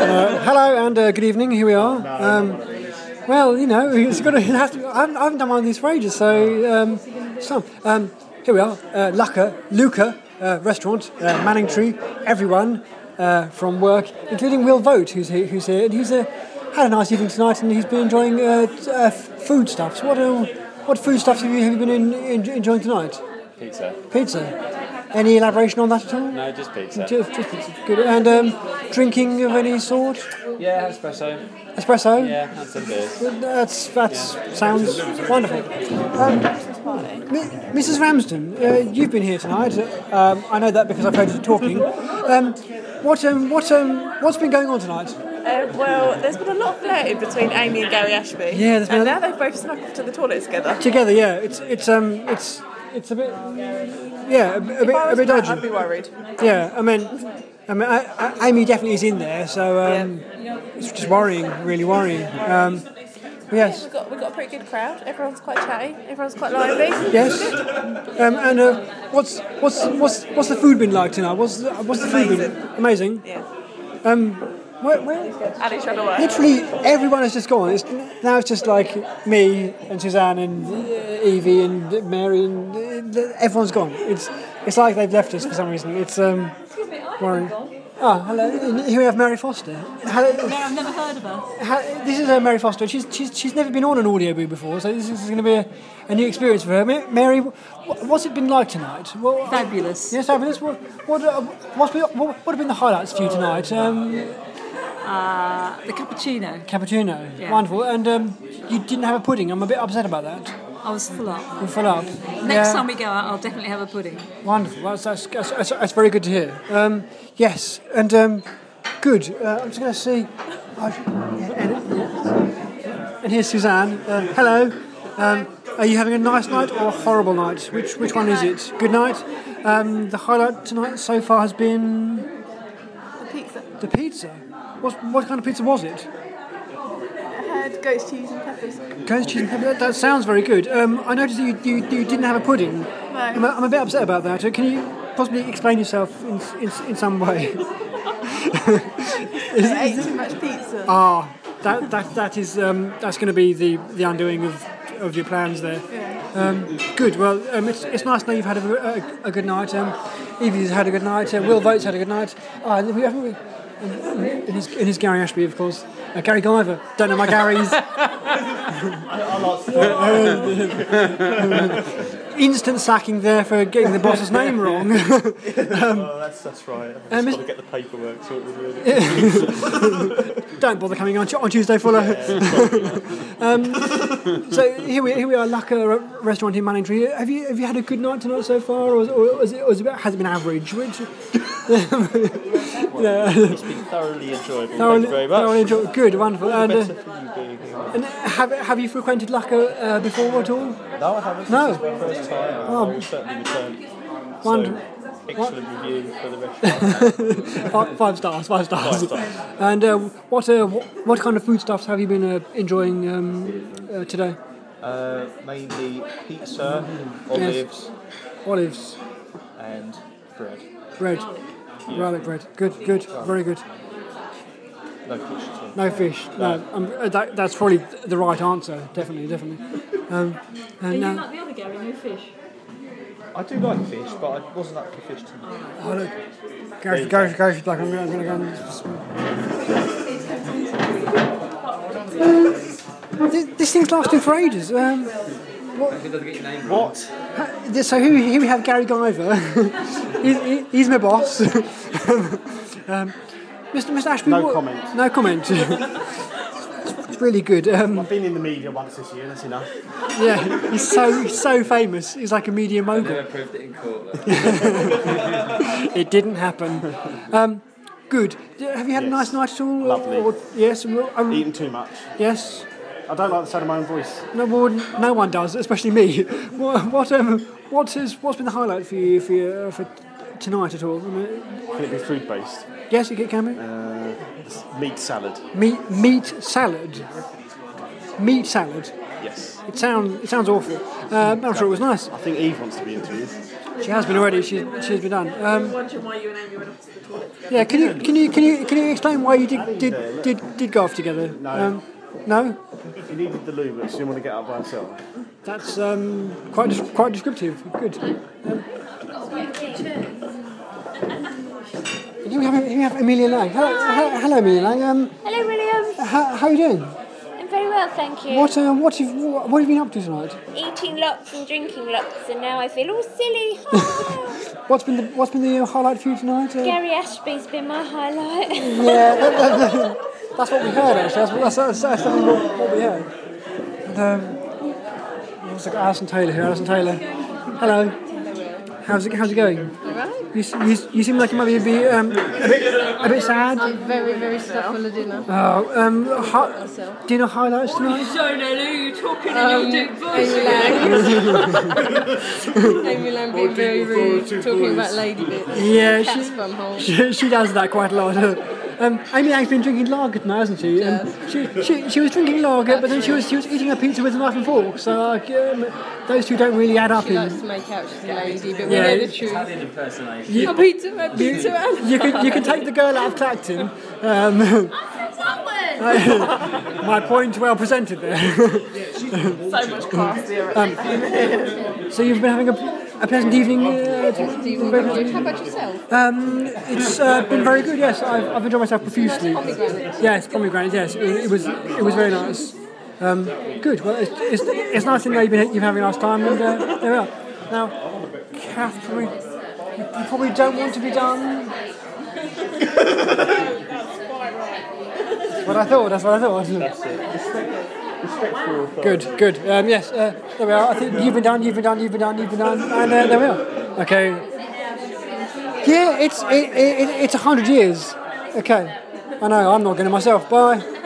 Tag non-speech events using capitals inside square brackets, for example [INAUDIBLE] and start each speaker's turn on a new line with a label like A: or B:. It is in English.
A: hello and uh, good evening. Here we are. Um, well, you know, [LAUGHS] it's got to have to. I haven't, I haven't done one of these for ages, so um, so um, here we are. Uh, Luca, Luca uh, Restaurant, uh, Manningtree. Everyone uh, from work, including Will Vote, who's here, who's here, and he's uh, had a nice evening tonight, and he's been enjoying uh, t- uh, foodstuffs. What uh, what foodstuffs have you, have you been in, in, enjoying tonight?
B: Pizza.
A: Pizza. Any elaboration on that at all?
B: No, just pizza.
A: Just, just- it's good. And um, drinking of any sort?
B: yeah, espresso.
A: Espresso?
B: Yeah, and some beers.
A: That's that's sounds wonderful. Um, Mi- Mrs. Ramsden, uh, you've been here tonight. Um, I know that because I've heard you talking. Um, what um, what um, what's been going on tonight?
C: Uh, well, there's been a lot of flirting between Amy and Gary Ashby.
A: Yeah, there's been
C: and
A: a-
C: now they've both snuck off to the toilet together.
A: Together, yeah. It's it's um it's it's a bit yeah a, bit- a bit
C: If I
A: a
C: was
A: bit
C: Matt, I'd
A: dodgy.
C: be worried.
A: Yeah, I mean, I mean, I, I, Amy definitely is in there, so um, it's just worrying, really worrying. Um, yes.
C: We've got, we've got a pretty good crowd. Everyone's quite chatty. Everyone's [LAUGHS] quite lively.
A: Yes. Um, and uh, what's what's what's what's the food been like tonight? What's the, what's the food been? Amazing. Um,
C: Yeah.
A: Where, where?
C: And each other work.
A: Literally everyone has just gone. It's, now it's just like me and Suzanne and uh, Evie and Mary and uh, th- everyone's gone. It's it's like they've left us for some reason. It's um. Worrying. Ah, hello. Here we have Mary Foster. Hello.
D: I've never heard of her.
A: Ha- This is uh, Mary Foster. She's, she's, she's never been on an audio booth before, so this is going to be a, a new experience for her. Ma- Mary, wh- what's it been like tonight? Well,
D: Fabulous.
A: Yes, fabulous. What, what, uh, what's been, what, what have been the highlights for you tonight? Um,
D: Uh, the cappuccino.
A: cappuccino,
D: Yeah.
A: wonderful. And um, you didn't have a pudding. I'm a bit upset about that.
D: I was full up.
A: You full up.
D: Next
A: Yeah.
D: time we go out, I'll definitely have a pudding.
A: Wonderful. That's, that's, that's, that's, that's very good to hear. Um, yes, and um, good. Uh, I'm just going to see. I've, yeah, and, and here's Suzanne. Uh, hello. Um, are you having a nice night or a horrible night? Which which one is it? Good night. Um, the highlight tonight so far has been
C: Pizza.
A: the pizza. What what kind of pizza was it?
C: I had goat's cheese and peppers.
A: Goat's cheese and pepper. That, that sounds very good. Um, I noticed that you, you, you didn't have a pudding. I'm, a, I'm a bit upset about that. Uh, Can you possibly explain yourself in, in, in some way?
C: I ate too much pizza.
A: Ah, that, that, that is um, that's going to be the, the undoing of, of your plans there. Um, good. Well, um, it's, it's nice now you've had a, a, a good night. Um, Evie's had a good night. Uh, Will Vote's had a good night. Ah, and we haven't. we- And, and, his, and his Gary Ashby, of course. Uh, Gary Guyver. Don't know my Garys. Um, [LAUGHS] Instant sacking there for getting the boss's name wrong. [LAUGHS]
E: Oh, that's, that's right.
A: Um,
E: I've just got to get the paperwork sorted. Really.
A: Don't bother coming on, Tu- on Tuesday, Fuller. [LAUGHS] um, so here we, here we are, Laka Restaurant in Manningtree. Have you have you had a good night tonight so far, or, or, was it, or is it, has it been average? Which [LAUGHS]
E: It's been thoroughly enjoyable. Thank
A: thoroughly-
E: you very much.
A: thoroughly enjoy- good, wonderful. And,
E: Better
A: uh,
E: for you being here.
A: and uh, have have you frequented Laka uh, before at all?
E: No, I haven't.
A: No. Oh.
E: This is my first time. I will certainly return.
A: Wonderful.
E: So, excellent review for the [LAUGHS] restaurant.
A: Five, five stars, five stars.
E: Five stars.
A: [LAUGHS] And uh, what, uh, what what kind of foodstuffs have you been uh, enjoying um, uh, today?
E: uh, mainly pizza,
A: Mm.
E: olives,
A: Olives,
E: and bread.
A: bread, garlic bread. Good, good, very good.
E: No fish at all.
A: No fish. No, um, uh, that, that's probably the right answer. Definitely, definitely. Um, and, uh,
D: the other Gary? No fish.
E: I do like fish, but I wasn't up for fish tonight.
A: oh, look, Gary, Gary, Gary, like I'm going to go. And... Uh, This, this thing's lasting for ages. Um,
E: What?
A: ha- this- so here, here we have Gary Guyver. he's, [LAUGHS] he, he's my boss. [LAUGHS] um, Mr. Mr. Ashby.
F: No
A: what-
F: comment.
A: No comment. [LAUGHS] it's really good. Um,
F: I've been in the media once this year, that's enough.
A: yeah, he's so he's so famous. He's like a media mogul.
B: Never proved it in court.
A: It didn't happen. Um, good. D- Have you had a nice
F: Yes.
A: night at all?
F: Lovely.
A: yes. well, um,
F: Eating too much.
A: yes.
F: I don't like the sound of my own voice.
A: No one. No one does, especially me. [LAUGHS] what? What, um, what is? What's been the highlight for you for you, uh, for t- tonight at all? I mean,
F: Can it be food based?
A: yes, you get can be?
F: Uh, meat salad.
A: Meat meat salad. Meat salad.
F: Yes.
A: It sounds it sounds awful. Um, I'm sure it was nice.
F: I think Eve wants to be interviewed.
A: She has been already. She, she's been done. Um,
C: Wondering why you and Amy went off to the toilet together.
A: yeah. Can you can you can you can you explain why you did did did, did go off together? No. Um, no.
F: You needed the loo, but she didn't want to get up by herself.
A: That's um, quite des- quite descriptive. Good. Um, do we have, do we have Amelia Lang? Hello, he- hello Amelia Lang. Um,
G: Hello, William.
A: how, how are you doing?
G: I'm very well, thank you.
A: What um, what have what have you been up to tonight?
G: Eating lots and drinking lots, and now I feel all silly. [LAUGHS] Ah.
A: What's been the what's been the highlight for you tonight? Uh,
G: Gary Ashby's been my highlight. [LAUGHS]
A: Yeah, that's what we heard actually. That's, that's, that's, that's something what, what we heard. And, um, what's it, Alison Taylor here. Alison Taylor. Hello. How's it, how's it going?
H: Right.
A: You, s- you, s- you seem like you might be um, a, bit, a bit sad.
H: I'm very, very stuffed full
A: [LAUGHS]
H: of dinner.
A: Oh, um, hi, do you know highlights tonight? [LAUGHS]
D: Don't know who you're talking
H: Um,
A: [LAUGHS]
H: Amy Lang. Amy Lang being very rude, talking about lady bits.
A: Yeah,
H: Cat's
A: she,
H: from home.
A: she, she does that quite a lot. Um, Amy Lang's been drinking lager tonight, hasn't she? Um, she, she? She was drinking lager, but then she was she was eating a pizza with a knife and fork. So like, um, those two don't really add up.
H: She
A: in,
H: likes to make out she's a lady, but we
A: Yeah.
H: know the truth.
B: Italian impersonation.
H: A pizza, a pizza, and
A: you can you can take the girl out of Clacton. Um, [LAUGHS] my point well presented there.
C: So much classier.
A: um, so you've been having a, a pleasant evening. Uh,
H: Do you want to- How about yourself?
A: um, it's uh, been very good. Yes, I've, I've enjoyed myself profusely.
H: Pomegranate.
A: Yes, pomegranate. Yes, it, it was it was very nice. Um, good. Well, it's, it's, it's nice to know you've been you've been having a nice time, and uh, there we are. Now, Catherine, you you probably don't want to be [LAUGHS] done. That's what I thought. That's what I thought. Wasn't it?
E: Respectful authority.
A: Good, good. Um, yes, uh, there we are. I think you've been done, you've been done, you've been done, you've been done, and uh, there we are. Okay. Yeah, it's it, it, it, it's a hundred years. Okay. I know. I'm not going to myself. Bye.